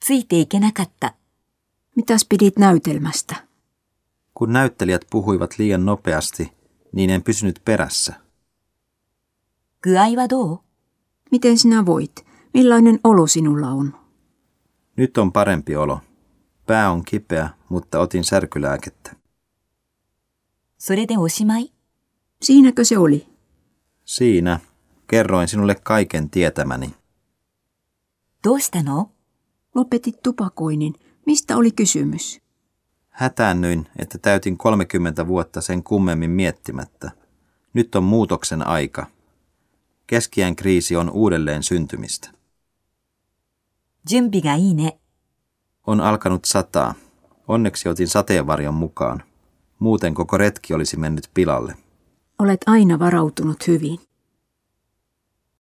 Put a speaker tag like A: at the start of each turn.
A: ついていけなかった。
B: Mitäs pidit näytelmästä?
C: Kun näyttelijät puhuivat liian nopeasti, niin en pysynyt perässä.
A: 具合はどう
B: Miten sinä voit? Millainen olo sinulla on?
C: Nyt on parempi olo. Pää on kipeä, mutta otin särkylääkettä.
A: それでおしまい
B: Siinäkö se oli?
C: Siinä kerroin sinulle kaiken tietämäni.
A: どうしたの
B: Lopetit tupakoinnin. Mistä oli kysymys?
C: Hätäännyin, että täytin 30 vuotta sen kummemmin miettimättä. Nyt on muutoksen aika. Keskiään kriisi on uudelleen syntymistä.
A: 準備がいいね。
C: On alkanut sataa. Onneksi otin sateenvarjon mukaan. Muuten koko retki olisi mennyt pilalle.
B: Olet aina varautunut hyvin.